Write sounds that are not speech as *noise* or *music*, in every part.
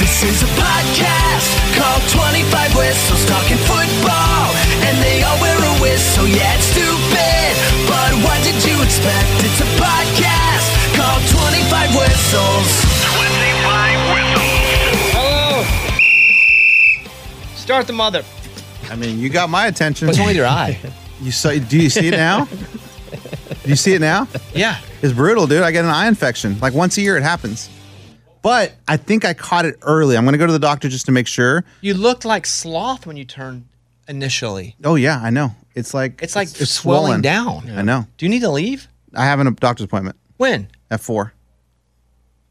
This is a podcast called 25 Whistles Talking Football. And they all wear a whistle, yeah, it's stupid. But what did you expect? It's a podcast called 25 Whistles. 25 whistles. Hello. Start the mother. I mean, you got my attention. What's wrong *laughs* with your eye? You saw, do you see *laughs* it now? do you see it now? yeah. It's brutal, dude. I get an eye infection. Like once a year, it happens. But I think I caught it early. I'm going to go to the doctor just to make sure. You looked like sloth when you turned initially. Oh, yeah, I know. It's like It's like swelling swollen. down. I know. Do you need to leave? I have an doctor's appointment When? at four.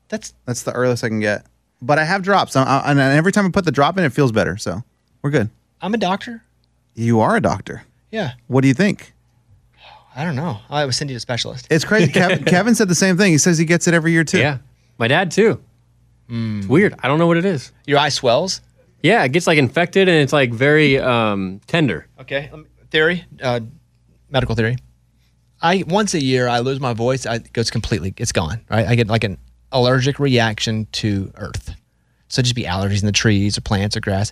That's That's the earliest I can get. But I have drops. I, I, and every time I put the drop in, it feels better. So we're good. I'm a doctor. You are a doctor. Yeah. What do you think? I don't know. I would send you to a specialist. It's *laughs* crazy. Kevin, Kevin said the same thing. He says he gets it every year, too. Yeah. My dad too. It's weird. I don't know what it is. Your eye swells. Yeah, it gets like infected and it's like very um, tender. Okay. let me- Theory. Uh, medical theory. I once a year I lose my voice. I, it goes completely. It's gone. Right. I get like an allergic reaction to Earth. So it'd just be allergies in the trees or plants or grass.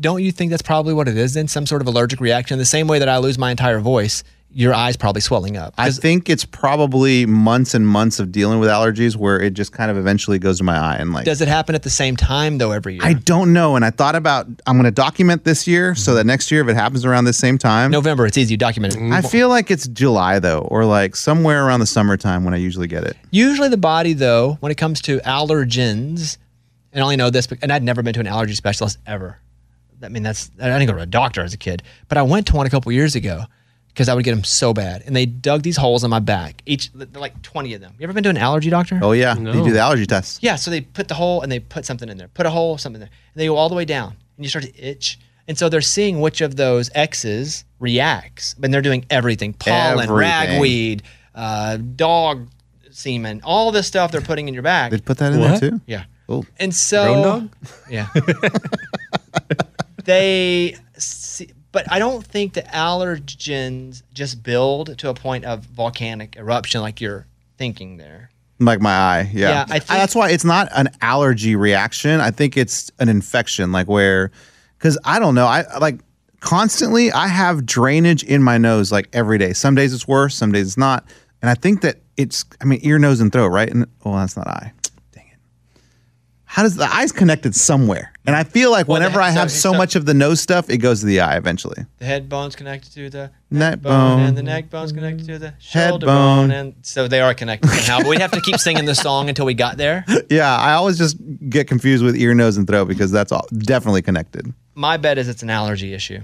Don't you think that's probably what it is? Then some sort of allergic reaction. The same way that I lose my entire voice, your eyes probably swelling up. I think it's probably months and months of dealing with allergies where it just kind of eventually goes to my eye and like Does it happen at the same time though every year? I don't know. And I thought about I'm going to document this year so that next year if it happens around this same time. November. It's easy. You document it. I feel like it's July though, or like somewhere around the summertime when I usually get it. Usually, the body, though, when it comes to allergens, and I only know this, bec- and I'd never been to an allergy specialist ever. I mean, that's I didn't go to a doctor as a kid, but I went to one a couple years ago because I would get them so bad, and they dug these holes in my back. Each they're like twenty of them. You ever been to an allergy doctor? Oh yeah, you No. do the allergy test. Yeah, so they put the hole and they put something in there, put a hole, something there, and they go all the way down, and you start to itch. And so they're seeing which of those X's reacts, and they're doing everything pollen, Everything. ragweed, uh, dog semen, all this stuff they're putting in your back. They put that in What? there too. yeah. Oh, And so, Grown dog? yeah. they, see, but I don't think the allergens just build to a point of volcanic eruption like you're thinking there. like my eye. Yeah, Yeah, I think- that's why it's not an allergy reaction. I think it's an infection, like where, because I don't know. I like constantly I have drainage in my nose like every day. Some days it's worse, some days it's not, and I think that it's. I mean, ear, nose, and throat, right? And well, that's not eye. Dang it! How does the eye's connected somewhere? And I feel like Well, the- whenever I have so- so, so- much of the nose stuff, it goes to the eye eventually. um, The head bone's connected to the Neck bone, and bone. the neck bone's connected to the Head shoulder bone. bone. and so they are connected somehow. but we'd have to keep singing the song until we got *laughs* there. Yeah, I always just get confused with ear, nose, and throat because that's all definitely connected. My bet is it's an allergy issue.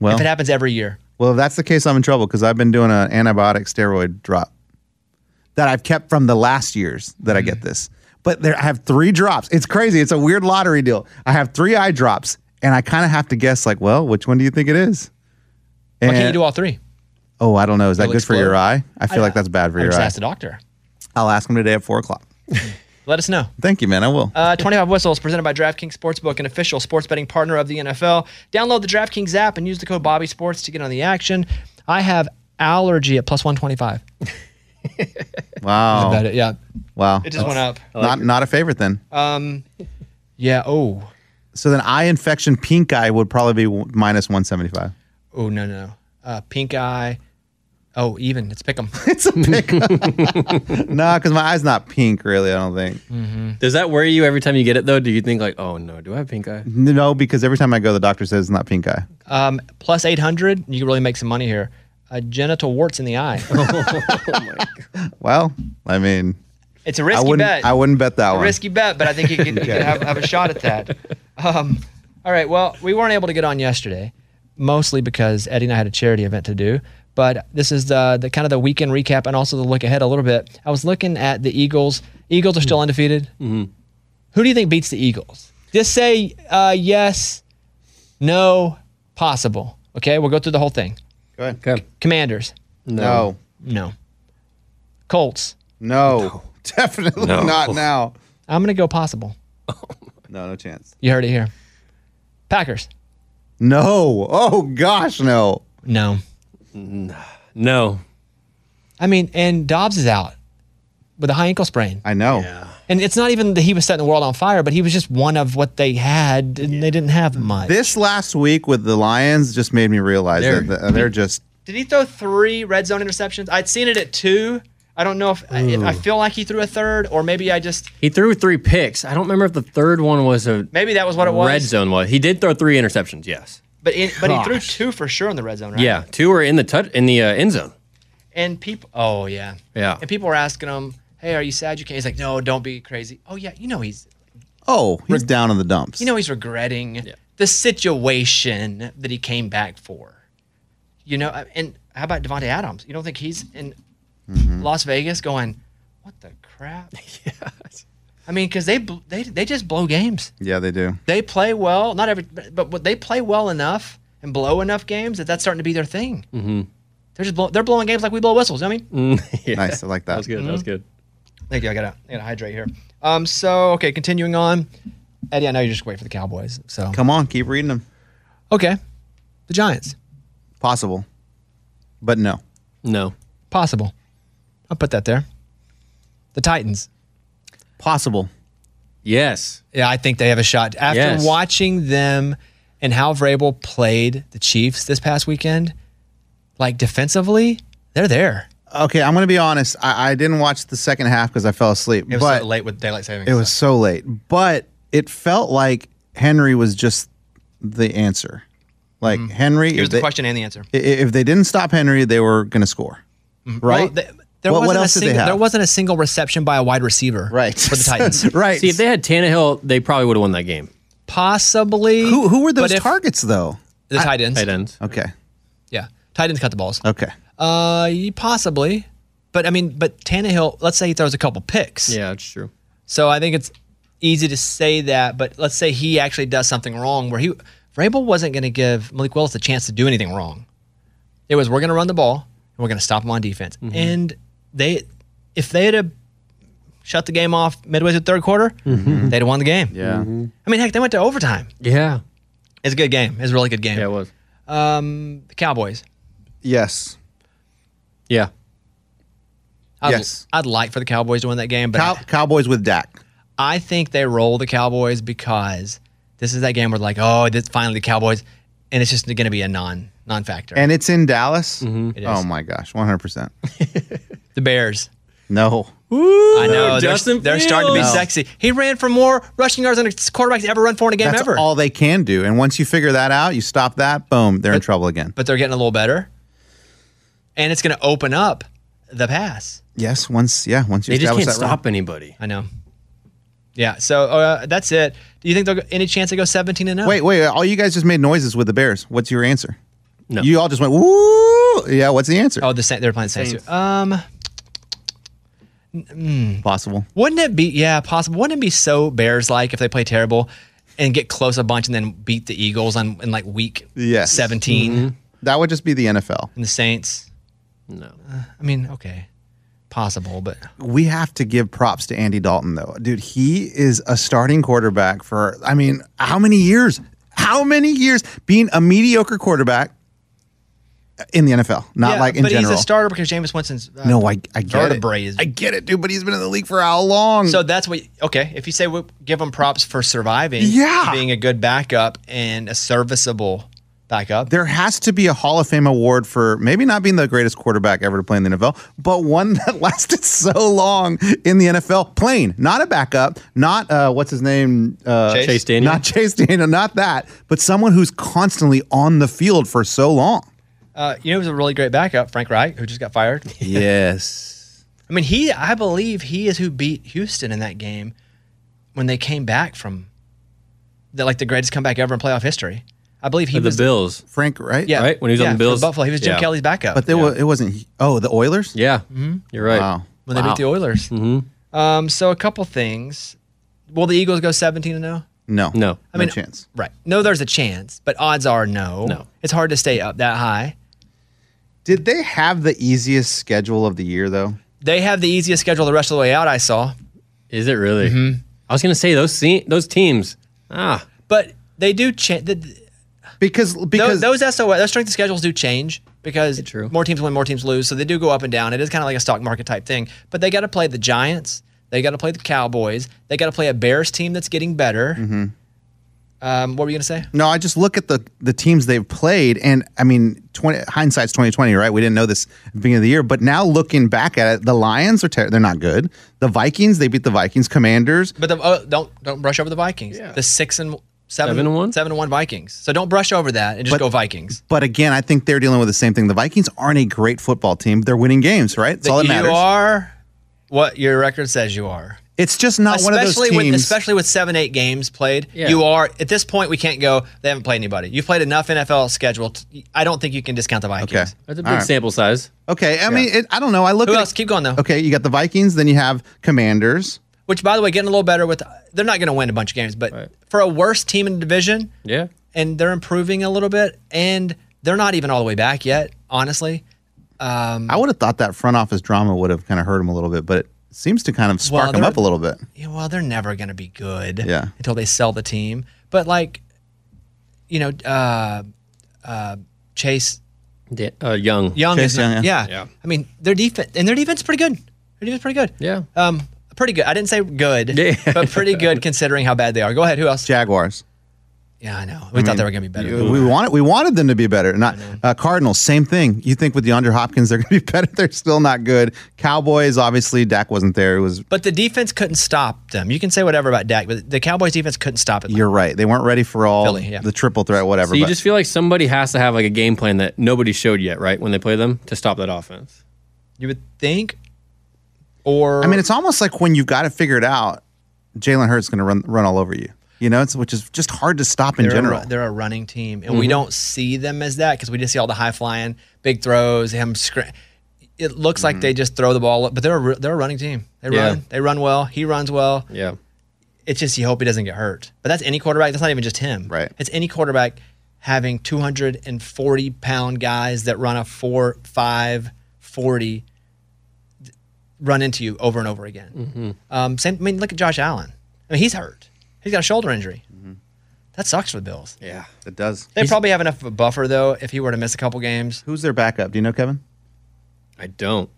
Well, If it happens every year, Well, if that's the case, I'm in trouble because I've been doing an antibiotic steroid drop that I've kept from the last years that I Mm. get this. But there, I have three drops. It's crazy. It's a weird lottery deal. I have three eye drops, and I kind of have to guess, like, well, which one do you think it is? why And, can't you do all three? oh, I don't know. Is that It'll good for your explode. eye? I feel like that's bad for Or your just eye. ask the doctor. I'll ask him today at four o'clock. Let us know. Thank you, man. I will. Uh, 25 Whistles, presented by DraftKings Sportsbook, an official sports betting partner of the NFL. Download the DraftKings app and use the code Bobby Sports to get on the action. I have allergy at plus 125. wow. Oh. About it, yeah. Wow. It Uh, just went up. Not not a favorite then. Yeah. Oh. so then, eye infection, pink eye would probably be w- minus one seventy five. Oh, no, no. Uh, pink eye. Oh, even. It's pick 'em. It's a pick. *laughs* no, because my eye's not pink, really. I don't think. Does that worry you every time you get it though? Do you think like, oh no, do I have pink eye? No, because every time I go, the doctor says it's not pink eye. Um, plus 800. You can really make some money here. Uh, genital warts in the *laughs* eye. Well, I mean, It's a I risky wouldn't. bet. I wouldn't bet that one. risky bet, but I think you could, you *laughs* could have, have a shot at that. Um, all right. Well, we weren't able to get on yesterday, mostly because Eddie and I had a charity event to do. But this is the, the kind of the weekend recap and also the look ahead a little bit. I was looking at the Eagles. Eagles are Mm-hmm. still undefeated. Who do you think beats the Eagles? Just say uh, yes, no, possible. Okay, we'll go through the whole thing. Go ahead. Okay. Commanders, No, no. Colts, no, definitely not now. I'm gonna go possible. No, no chance. You heard it here. Packers, No. Oh gosh, no. no. No. I mean, and Dobbs is out with a high ankle sprain. I know. Yeah. And it's not even that he was setting the world on fire, but he was just one of what they had, and they didn't have much. This last week with the Lions just made me realize They're- that th- they're just Did he throw three red zone interceptions? I'd seen it at two. I don't know if, if I feel like he threw a third, or maybe I just He threw three picks. I don't remember if the third one was a maybe that was what it was. red zone was. He did throw three interceptions. Yes. but in, but he threw Gosh. two for sure in the red zone, right? Yeah, two were in the touch in the uh, end zone. *laughs* And people, oh yeah, Yeah. And people were asking him, "Hey, are you sad you can't?" He's like, "No, don't be crazy." Oh yeah, you know he's oh, he's down in the dumps. you know he's regretting the situation that he came back for. You know, uh, and how about Devonte Adams? You don't think he's in Las Vegas going, "What the crap?" yeah. I mean, because they bl- they they just blow games. yeah, they do. They play well, not every, but but they play well enough and blow enough games that that's starting to be their thing. Mm-hmm. They're just blow, they're blowing games like we blow whistles. I mean, Yeah. Nice, I like that. That was good. That was good. Thank you. I gotta, I gotta hydrate here. Um. So okay, continuing on. Eddie, I know you just wait for the Cowboys. So Come on, keep reading them. okay, the Giants, Possible, but no. No. possible. I'll put that there. The Titans. Possible. Yes. Yeah, I think they have a shot. After Yes. watching them and how Vrabel played the Chiefs this past weekend, like defensively, they're there. Okay, I'm gonna be honest. I, I didn't watch the second half because I fell asleep. but late with daylight savings. It was so late, but it felt like Henry was just the answer. Like Henry, Mm-hmm. Here's if the they, question and the answer. i- if they didn't stop Henry, they were going to score, right? Mm-hmm. Well, th- there What- what wasn't a else did they single, have? There wasn't a single reception by a wide receiver. right *laughs* For the Titans. right? See, if they had Tannehill, they probably would have won that game. Possibly. who who were those but if- targets though? The tight ends. Tight ends. Okay, Yeah, tight ends cut the balls. okay, Uh, y- possibly, but I mean, but Tannehill. Let's say he throws a couple picks. Yeah, that's true. So I think it's easy to say that, but let's say he actually does something wrong where he Vrabel wasn't going to give Malik Willis a chance to do anything wrong. It was we're going to run the ball and we're going to stop him on defense. Mm-hmm. And they, if they had a shut the game off midway through the third quarter, Mm-hmm. they'd have won the game. yeah. I mean, heck, they went to overtime. Yeah. It's a good game. It's a really good game. Yeah, it was. Um, the Cowboys. Yes, Yeah. I'd, Yes. I'd like for the Cowboys to win that game, but Cow- Cowboys with Dak. I think they roll the Cowboys because this is that game where like, oh, this finally the Cowboys, and it's just going to be a non non factor. And it's in Dallas. It is. Oh my gosh, 100. percent the Bears. No, *laughs* I know they're, Justin they're starting to be Fields. sexy. He ran for more rushing yards than a quarterback's ever run for in a game that's ever. all they can do. And once you figure that out, you stop that. Boom, they're in trouble again. but they're getting a little better, and it's going to open up the pass. yes, once yeah, once you They just establish can't that run. stop anybody. I know. Yeah. So uh, that's it. Do you think there'll go, any chance they go seventeen and oh? zero? Wait, wait. All you guys just made noises with the Bears. What's your answer? No. You all just went, woo. Yeah, what's the answer? Oh, the Saints. They're playing the Saints. Saints. Um. Possible. Wouldn't it be yeah possible? Wouldn't it be so Bears like if they play terrible and get close a bunch and then beat the Eagles on in like week Yes. 17 That would just be the NFL. and the Saints? Uh, No. I mean, okay, possible, but We have to give props to Andy Dalton, though. Dude, he is a starting quarterback for, I mean, how many years? How many years being a mediocre quarterback in the NFL? Not Yeah, like in but general. he's a starter because Jameis Winston's uh, no, I, I get it. vertebrae is- I get it, dude, but he's been in the league for how long? So that's what okay. If you say we give him props for surviving, Yeah. being a good backup and a serviceable backup, there has to be a Hall of Fame award for maybe not being the greatest quarterback ever to play in the NFL, but one that *laughs* lasted so long in the NFL playing, not a backup, not uh, what's his name, uh, Chase? Chase Daniel? not Chase Daniel, not that, but someone who's constantly on the field for so long. uh, you know, it was a really great backup, Frank Reich, who just got fired. Yes, I mean, he, I believe he is who beat Houston in that game when they came back from the, like the greatest comeback ever in playoff history. I believe he The was Bills. Frank, right? yeah, right? When he was on yeah, the Bills? for Buffalo. He was Jim Yeah. Kelly's backup. but there wa- it wasn't. Oh, the Oilers. Yeah. You're right. Wow. when they beat the Oilers. Mm-hmm. Um, so a couple things. Will the Eagles go 17 and 0? No, No. I I mean, mean- chance. Right. No, there's a chance, but odds are no. No. It's hard to stay up that high. Did they have the easiest schedule of the year though? They have the easiest schedule the rest of the way out, I saw. Is it really? I was gonna say those se- those teams. Ah, But they do change. The, Because because those, those SOS, those strength of schedules do change because True. more teams win, more teams lose, so they do go up and down. It is kind of like a stock market type thing. But they got to play the Giants, They got to play the Cowboys. They got to play a Bears team that's getting better. Mm-hmm. Um, what were you gonna say? No, I just look at the the teams they've played, and I mean, 20, hindsight's twenty twenty, right? We didn't know this at the beginning of the year, but now looking back at it, the Lions are ter- they're not good. The Vikings they beat the Vikings, Commanders. But the, oh, don't don't brush over the Vikings. Yeah. The six and seven, Seven and one? seven and one Vikings. So don't brush over that and just But- go Vikings. But again, I think they're dealing with the same thing. The Vikings aren't a great football team. They're winning games, right? That's all that you matters. are what your record says you are. it's just not one of those especially teams. with especially with seven eight games played Yeah. you are at this point we can't go they haven't played anybody you've played enough nfl schedule t- i don't think you can discount the vikings okay, That's a big All right. sample size. Okay, I mean, it, I don't know. I look who at else keep going though okay, you got the Vikings, then you have Commanders. which by the way getting a little better with they're not going to win a bunch of games but Right. for a worse team in the division Yeah. and they're improving a little bit and they're not even all the way back yet honestly Um, I would have thought that front office drama would have kind of hurt them a little bit, but it seems to kind of spark Well, them they're- up a little bit. yeah, well, they're never going to be good Yeah. until they sell the team. But like, you know, uh, uh, Chase Da- uh, young. Young, Chase is not- Young, yeah. yeah. Yeah. I mean, their defense and their defense is pretty good. Their defense is pretty good. Yeah. Um, pretty good. I didn't say good, Yeah. but pretty good considering how bad they are. Go ahead. Who else? Jaguars. Yeah, I know. We thought they were going to be better. We we wanted we wanted them to be better. Not uh, Cardinals, same thing. You think with DeAndre Hopkins they're *laughs* going to be better? They're still not good. Cowboys, obviously, Dak wasn't there. It was But the defense couldn't stop them. You can say whatever about Dak, but the Cowboys defense couldn't stop it. you're right. They weren't ready for all Philly, yeah. the triple threat, whatever. So you but just feel like somebody has to have like a game plan that nobody showed yet, right? When they play them to stop that offense. You would think. Or I mean, it's almost like when you've got it figured out, Jalen Hurts going to run run all over you. You know, it's which is just hard to stop in they're general. A, they're a running team, and we Mm-hmm. don't see them as that because we just see all the high flying, big throws. Him scr- It looks Mm-hmm. like they just throw the ball, up, but they're a, ru- they're a running team. They Yeah. run, they run well. He runs well. Yeah. It's just you hope he doesn't get hurt. But that's any quarterback. That's not even just him. Right. It's any quarterback having 240 pound guys that run a four five 40 th- run into you over and over again. Mm-hmm. Um, same, I mean, look at Josh Allen. I mean, he's hurt. He's got a shoulder injury. That sucks for the Bills. Mm-hmm. Yeah. it does. They probably have enough of a buffer though. If he were to miss a couple games, Who's their backup? Do you know Kevin? I don't.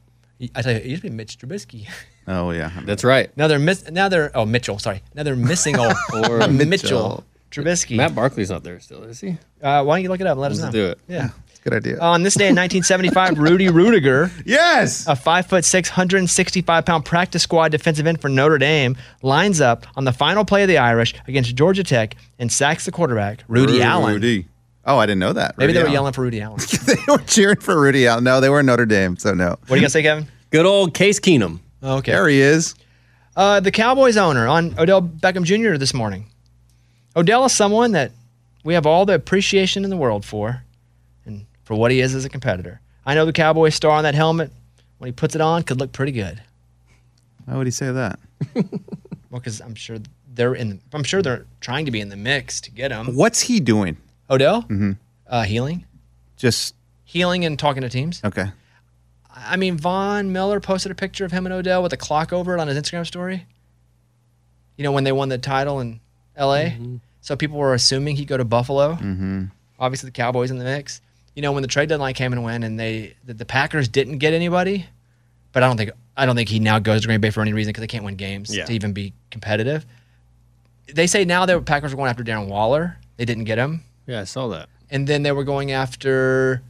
I tell you, it used to be Mitch Trubisky. *laughs* Oh yeah, I mean, That's right. now they're miss. Now they're oh Mitchell. Sorry. Now they're missing old *laughs* Or Mitchell. Mitchell. Trubisky. Matt Barkley's not there still, is he? Uh, why don't you look it up and let us know? Let's do it. Yeah. good idea. Uh, On this day in *laughs* 1975, Rudy Rudiger, yes. a five foot six, 165 pound practice squad defensive end for Notre Dame, lines up on the final play of the Irish against Georgia Tech and sacks the quarterback Rudy, Allen. Rudy. Oh, I didn't know that. Maybe Rudy they were Allen. yelling for Rudy Allen. what *laughs* they were cheering for Rudy Allen. No, they were Notre Dame, so no. are you gonna say, Kevin? Good old Case Keenum. *laughs* Okay. There he is. Uh, the Cowboys owner on Odell Beckham Jr. this morning. Odell is someone that we have all the appreciation in the world for and for what he is as a competitor. I know the Cowboys star on that helmet, when he puts it on, could look pretty good. Why would he say that? Well, because I'm sure they're in. I'm sure they're trying to be in the mix to get him. What's he doing? Odell, uh, healing, Just healing, and talking to teams. okay. I mean, Von Miller posted a picture of him and Odell with a clock over it on his Instagram story. You know, when they won the title in LA. So people were assuming he'd go to Buffalo. Mm-hmm. Obviously, the Cowboys in the mix. You know, when the trade deadline came and went and they the, the Packers didn't get anybody, but I don't think I don't think he now goes to Green Bay for any reason because they can't win games Yeah. to even be competitive. They say now that Packers were going after Darren Waller. They didn't get him. Yeah, I saw that. And then they were going after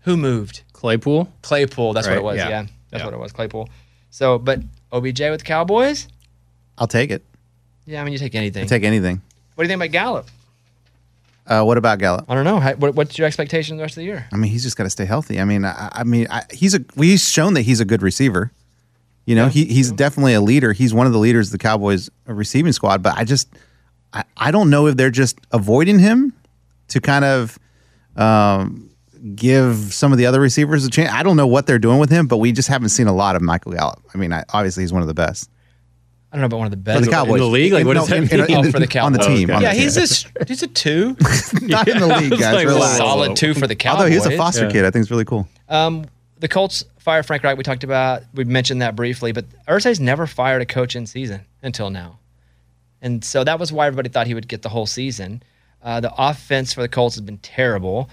who moved? Claypool. Claypool. That's what it Right, was. Yeah, yeah. that's Yeah. what it was. Claypool. So, but OBJ with the Cowboys. I'll take it. Yeah, I mean, you take anything. I'll take anything. what do you think about Gallup? Uh, what about Gallup? I don't know. How, what, what's your expectation the rest of the year? I mean, he's just got to stay healthy. I mean, I, I mean, I, he's a well, he's shown that he's a good receiver. You know, he he's definitely a leader. He's one of the leaders of the Cowboys receiving squad. But I just, I, I don't know if they're just avoiding him to kind of um, give some of the other receivers a chance. I don't know what they're doing with him, but we just haven't seen a lot of Michael Gallup. I mean, I, obviously he's one of the best. I don't know about one of the For best. the Cowboys. the league? Like, what does that mean? *laughs* Oh, for the On the Cowboys. team. Okay. on the Yeah, team. he's a s- he's a *laughs* two, *laughs* not in the league, was guys. like, relax. wow. solid two for the Cowboys. Although he's a foster kid, I think it's really cool. Um, the Colts fire Frank Reich. We talked about. We mentioned that briefly, but Ursay's never fired a coach in season until now, and so that was why everybody thought he would get the whole season. Uh, the offense for the Colts has been terrible.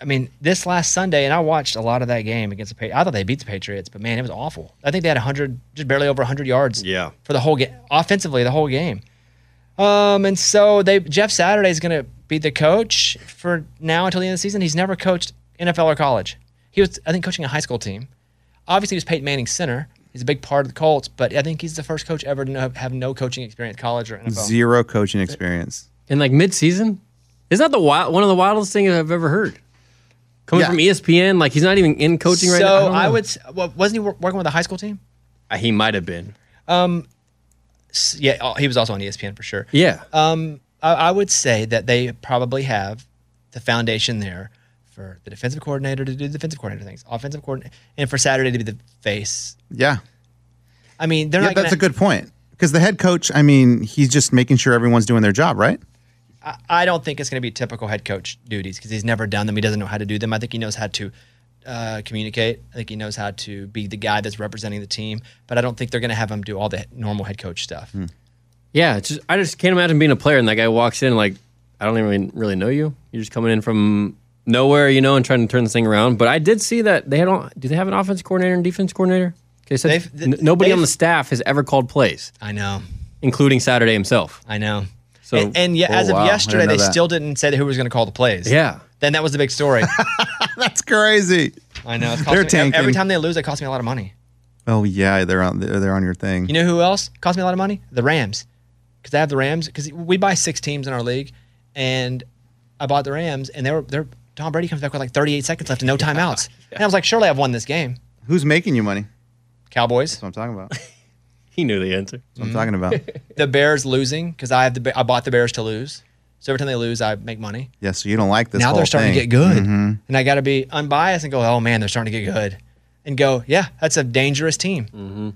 I mean, this last Sunday, and I watched a lot of that game against the Patriots. I thought they beat the Patriots, but man, it was awful. I think they had 100, just barely over 100 yards. Yeah. For the whole game, offensively, the whole game. Um, and so they Jeff Saturday is going to be the coach for now until the end of the season. He's never coached NFL or college. He was, I think, coaching a high school team. Obviously, he was Peyton Manning's center. He's a big part of the Colts, but I think he's the first coach ever to know, have no coaching experience, college or NFL. Zero coaching experience. in like mid-season. Is that the wild, one of the wildest things I've ever heard? Coming Yeah. from E ESPN, like he's not even in coaching right so now. don't I, know. would. s- Well, wasn't he wor- working with a high school team? Uh, He might have been. S- Yeah, oh, he was also on ESPN for sure. Yeah. Um, I, I would say that they probably have the foundation there for the defensive coordinator to do the defensive coordinator things, offensive coordinator, and for Saturday to be the face. Yeah. I mean, they're Yeah, not. that's gonna, a good point. Because the head coach, I mean, he's just making sure everyone's doing their job, right? *laughs* I don't think it's going to be typical head coach duties because he's never done them. He doesn't know how to do them. I think he knows how to uh, communicate. I think he knows how to be the guy that's representing the team. But I don't think they're going to have him do all the normal head coach stuff. Hmm. yeah. It's just, I just can't imagine being a player and that guy walks in like, I don't even really know you. You're just coming in from nowhere, you know, and trying to turn this thing around. But I did see that they don't. Do they have an offense coordinator and defense coordinator? Okay, so They've- n- nobody they've- on the staff has ever called plays, I know. including Saturday himself. I know. So- and, and yeah, Oh, as of wow. I didn't yesterday, know they that. still didn't say who was going to call the plays. Yeah. Then that was the big *laughs* story. That's crazy. I know. It's They're cost me, ev- every tanking. time they lose, it costs me a lot of money. Oh yeah, they're on they're they're on your thing. You know who else cost me a lot of money? The Rams, because I have the Rams. Because we buy six teams in our league, and I bought the Rams, and they were they're Tom Brady comes back with like 38 seconds left and *laughs* no timeouts, and I was like, surely I've won this game. Who's making you money? That's Cowboys, what I'm talking about. That's He knew the answer. what I'm *laughs* talking about. the Bears losing because I have the Ba- I bought the Bears to lose, so every time they lose, I make money. Yeah, so you don't like this. now whole they're starting thing. Mm-hmm. to get good, and I got to be unbiased and go, oh man, they're starting to get good, and go, yeah, that's a dangerous team.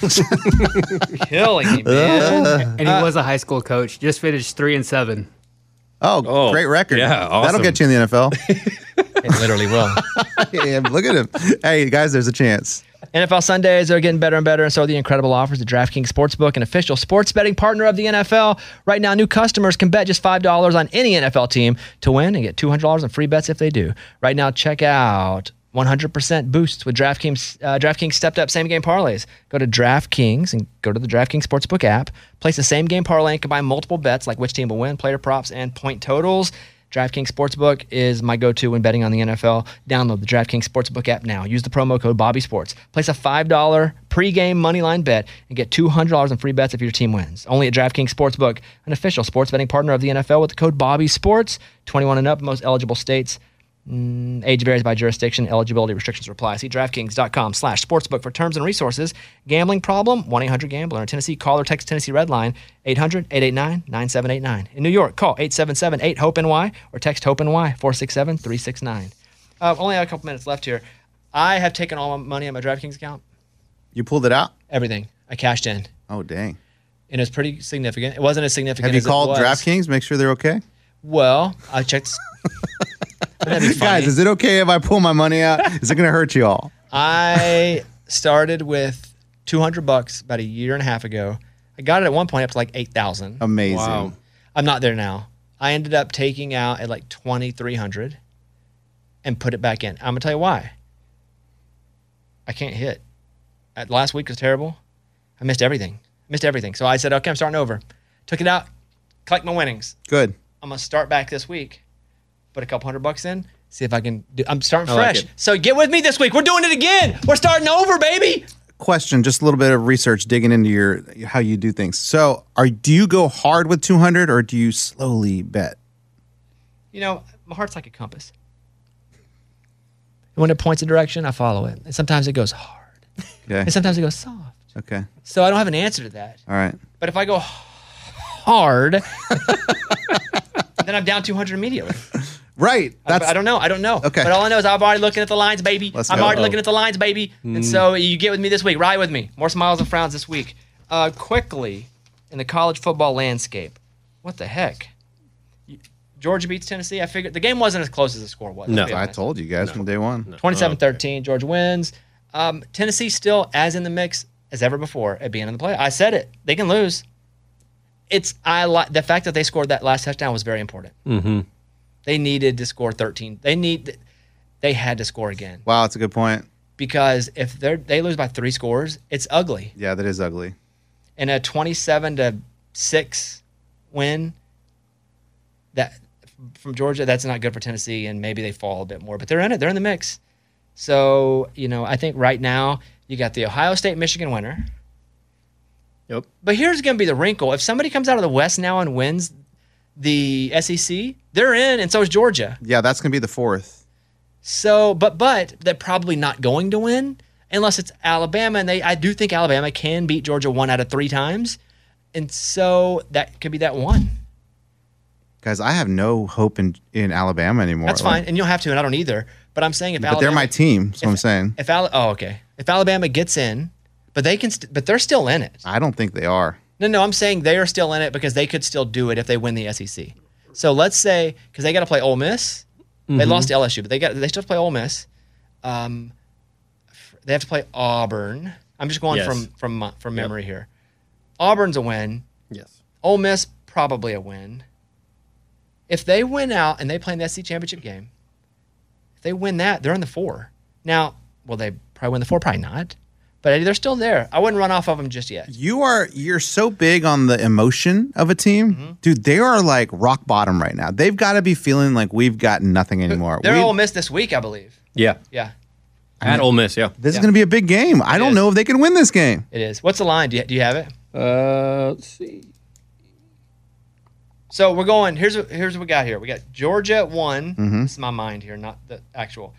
Ugh. Killing me, man. And he was a high school coach. Just finished three and seven. Oh, Oh, great record. yeah, That'll awesome. get you in *laughs* the NFL. It literally will. *laughs* Yeah, look at him. Hey guys, there's a chance. NFL Sundays are getting better and better, and so are the incredible offers at DraftKings Sportsbook, an official sports betting partner of the NFL. Right now, new customers can bet just $5 on any NFL team to win and get $200 in free bets if they do. Right now, check out 100% boosts with DraftKings, uh, DraftKings stepped up same game parlays. Go to DraftKings and go to the DraftKings Sportsbook app, place a same game parlay, and combine multiple bets like which team will win, player props, and point totals. DraftKings Sportsbook is my go-to when betting on the NFL. Download the DraftKings Sportsbook app now. Use the promo code BobbySports. Place a $5 pregame moneyline bet and get $200 in free bets if your team wins. Only at DraftKings Sportsbook, an official sports betting partner of the NFL with the code BobbySports. 21 and up, most eligible states. Mm, Age varies by jurisdiction. Eligibility restrictions apply. See DraftKings.com slash sportsbook for terms and resources. Gambling problem? 1-800-GAMBLER. In Tennessee, call or text Tennessee Red Line 800-889-9789. In New York, call 877-8-HOPE-NY or text HOPE-NY 467-369. Uh, only have a couple minutes left here. I have taken all my money on my DraftKings account. You pulled it out. Everything. I cashed in. Oh dang. And it was pretty significant. It wasn't as significant Have you as it called was. DraftKings? Make sure they're okay. Well, I checked. *laughs* That'd be funny. Guys, is it okay if I pull my money out? *laughs* is it gonna hurt you all? I started with 200 bucks about a year and a half ago. I got it at one point up to like 8,000. Amazing. Wow. I'm not there now. I ended up taking out at like 2,300 and put it back in. I'm going to tell you why. I can't hit. At last week was terrible. I missed everything. Missed everything. So I said, okay, I'm starting over. Took it out, collect my winnings. Good. I'm gonna start back this week, put a couple hundred bucks in, see if I can do. I'm starting I like fresh. it. so get with me this week. We're doing it again. We're starting over, baby. Question, just a little bit of research digging into your how you do things. So are do you go hard with two hundred or do you slowly bet? You know, my heart's like a compass. When it points a direction, I follow it. And sometimes it goes hard, Okay. and sometimes it goes soft. Okay. So I don't have an answer to that. All right. But if I go hard, *laughs* then I'm down 200 immediately. Right. But I don't know. I don't know. Okay. But all I know is I'm already looking at the lines, baby. Let's I'm go. Hmm. already Uh-oh. looking at the lines, baby. And so you get with me this week. Ride with me. More smiles and frowns this week. Uh, quickly, in the college football landscape, what the heck? Georgia beats Tennessee. I figured the game wasn't as close as the score was. No. I'll be I honest. told you guys from day one. 27-13, Georgia wins. Um, Tennessee still as in the mix as ever before at being in the play. I said it. They can lose. It's I li- the fact that they scored that last touchdown was very important. They needed to score 13. They need they had to score again Wow, that's a good point. because if they are they lose by three scores, it's ugly. Yeah, that is ugly. And a 27 to 6 win that from Georgia, that's not good for Tennessee and maybe they fall a bit more, but they're in it. They're in the mix. So, you know, I think right now you got the Ohio State Michigan winner. Yep. But here's going to be the wrinkle. If somebody comes out of the West now and wins the SEC, they're in, and so is Georgia. Yeah, that's gonna be the fourth. So, but but they're probably not going to win unless it's Alabama, and they I do think Alabama can beat Georgia one out of three times, and so that could be that one. Guys, I have no hope in in Alabama anymore. That's Like, fine, and you don't have to, and I don't either. But I'm saying if But Alabama, they're my team. That's what I'm saying. if Al- oh okay, if Alabama gets in, but they can, st- but they're still in it. I don't think they are. No, no, I'm saying they are still in it because they could still do it if they win the SEC. So let's say because they got to play Ole Miss, Mm-hmm. they lost to LSU, but they got they still have to play Ole Miss. Um, f- they have to play Auburn. I'm just going Yes. from from mo- from memory here. Auburn's a win. Yes. Ole Miss probably a win. If they win out and they play in the SEC championship game, if they win that, they're in the four. Now, will they probably win the four? Probably not. But they're still there. I wouldn't run off of them just yet. You are you're so big on the emotion of a team, Mm-hmm. dude. They are like rock bottom right now. They've got to be feeling like we've got nothing anymore. They're We- Ole Miss this week, I believe. Yeah. Yeah, At Ole Miss, yeah. this is gonna be a big game. I don't is. know if they can win this game. it is. What's the line? Do you, do you have it? Uh, let's see. So we're going. Here's what, here's what we got here. We got Georgia at one. Mm-hmm. This is my mind here, not the actual.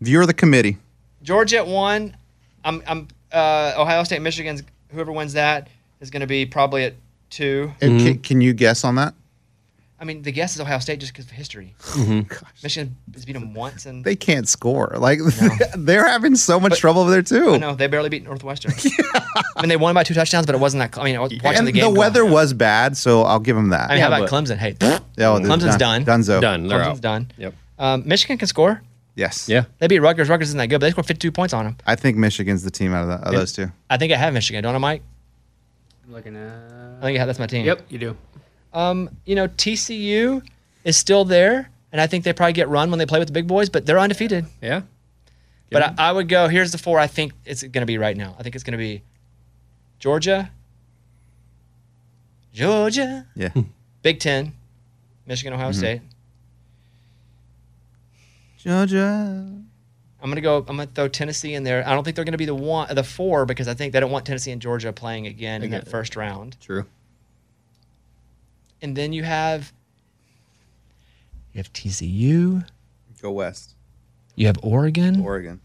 If you're the committee, Georgia at one. I'm I'm uh, Ohio State, Michigan's whoever wins that is going to be probably at two. and can, can you guess on that? I mean, the guess is Ohio State just because of history. Mm-hmm. Michigan has beat them once, and They can't score. Like *laughs* they're having so much trouble over there too. I know they barely beat *laughs* Northwestern. I mean, they won by two touchdowns, but it wasn't that. cl- I mean, I was watching And the the, game. go- weather was bad, so I'll give them that. I mean, how Yeah, about but- Clemson? Hey, Oh, they're Clemson's done. done. Dunzo. Done. They're Clemson's out. done. Yep. Um, Michigan can score. Yes. Yeah. They beat Rutgers. Rutgers isn't that good, but they scored 52 points on them. I think Michigan's the team out of, the, of those two. I think I have Michigan, don't I, Mike? I'm looking I at. think I have, that's my team. Yep, you do. Um, you know, TCU is still there, and I think they probably get run when they play with the big boys, but they're undefeated. Yeah. But I, I would go, here's the four I think it's going to be right now. I think it's going to be Georgia, Georgia, Yeah. Big Ten, Michigan, Ohio State. Georgia. I'm gonna go. I'm gonna throw Tennessee in there. I don't think they're gonna be the one, the four, because I think they don't want Tennessee and Georgia playing again in that Again. first round. True. And then you have you have TCU, Go West. you have Oregon, Oregon.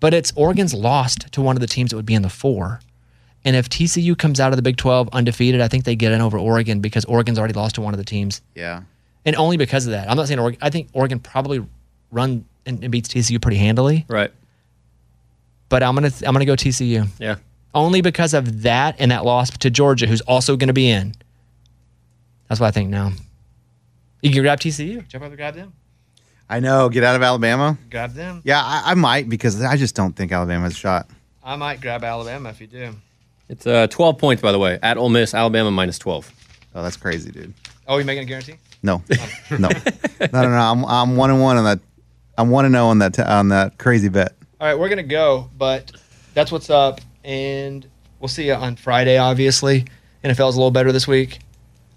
but it's Oregon's lost to one of the teams that would be in the four. And if TCU comes out of the Big 12 undefeated, I think they get in over Oregon because Oregon's already lost to one of the teams, Yeah. and only because of that. I'm not saying Oregon. I think Oregon probably run and, and beats TCU pretty handily, Right. but I'm gonna I'm gonna go TCU Yeah. only because of that and that loss to Georgia, who's also gonna be in. That's what I think now. You can grab TCU. Jump up and grab them. I know. Get out of Alabama. Grab them. Yeah, I, I might because I just don't think Alabama's a shot. I might grab Alabama if you do. It's uh 12 points by the way. At Ole Miss, Alabama minus 12. Oh, that's crazy, dude. Oh, you making a guarantee? No, no, no, no, no. I'm I'm one and one on that. I'm one and zero on that t- on that crazy bet. All right, we're gonna go, but that's what's up, and we'll see you on Friday. Obviously, NFL's a little better this week.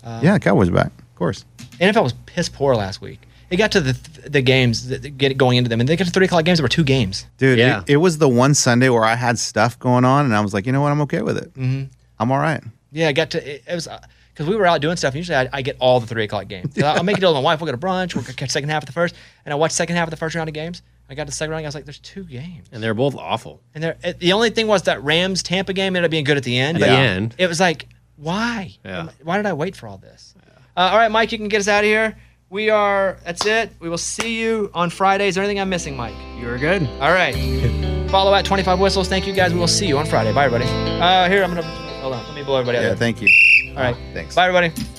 yeah, Cowboys back, of course. NFL was piss poor last week. It got to the the games that that get going into them, and they got to three o'clock games. There were two games. Dude, Yeah. it, it was the one Sunday where I had stuff going on, and I was like, you know what, I'm okay with it. Mm-hmm. I'm all right. Yeah, I got to. It, it was because we were out doing stuff. And usually, I, I get all the three o'clock games. So I'll make a deal with my wife. We'll go to brunch. We'll catch second half of the first, and I watched second half of the first round of games. I got to the second round. I was like, "There's two games." And they're both awful. And there, it, the only thing was that Rams Tampa game ended up being good at the end. At but the end. it was like, why? Yeah. Why did I wait for all this? Uh, all right, Mike, you can get us out of here. We are. That's it. We will see you on Friday. Is there anything I'm missing, Mike? You were good. All right. Follow at 25 whistles. Thank you guys. We will see you on Friday. Bye, everybody. Uh, here I'm gonna. Hold on. Let me blow everybody out. Yeah, there. thank you. all right. Thanks. Bye, everybody.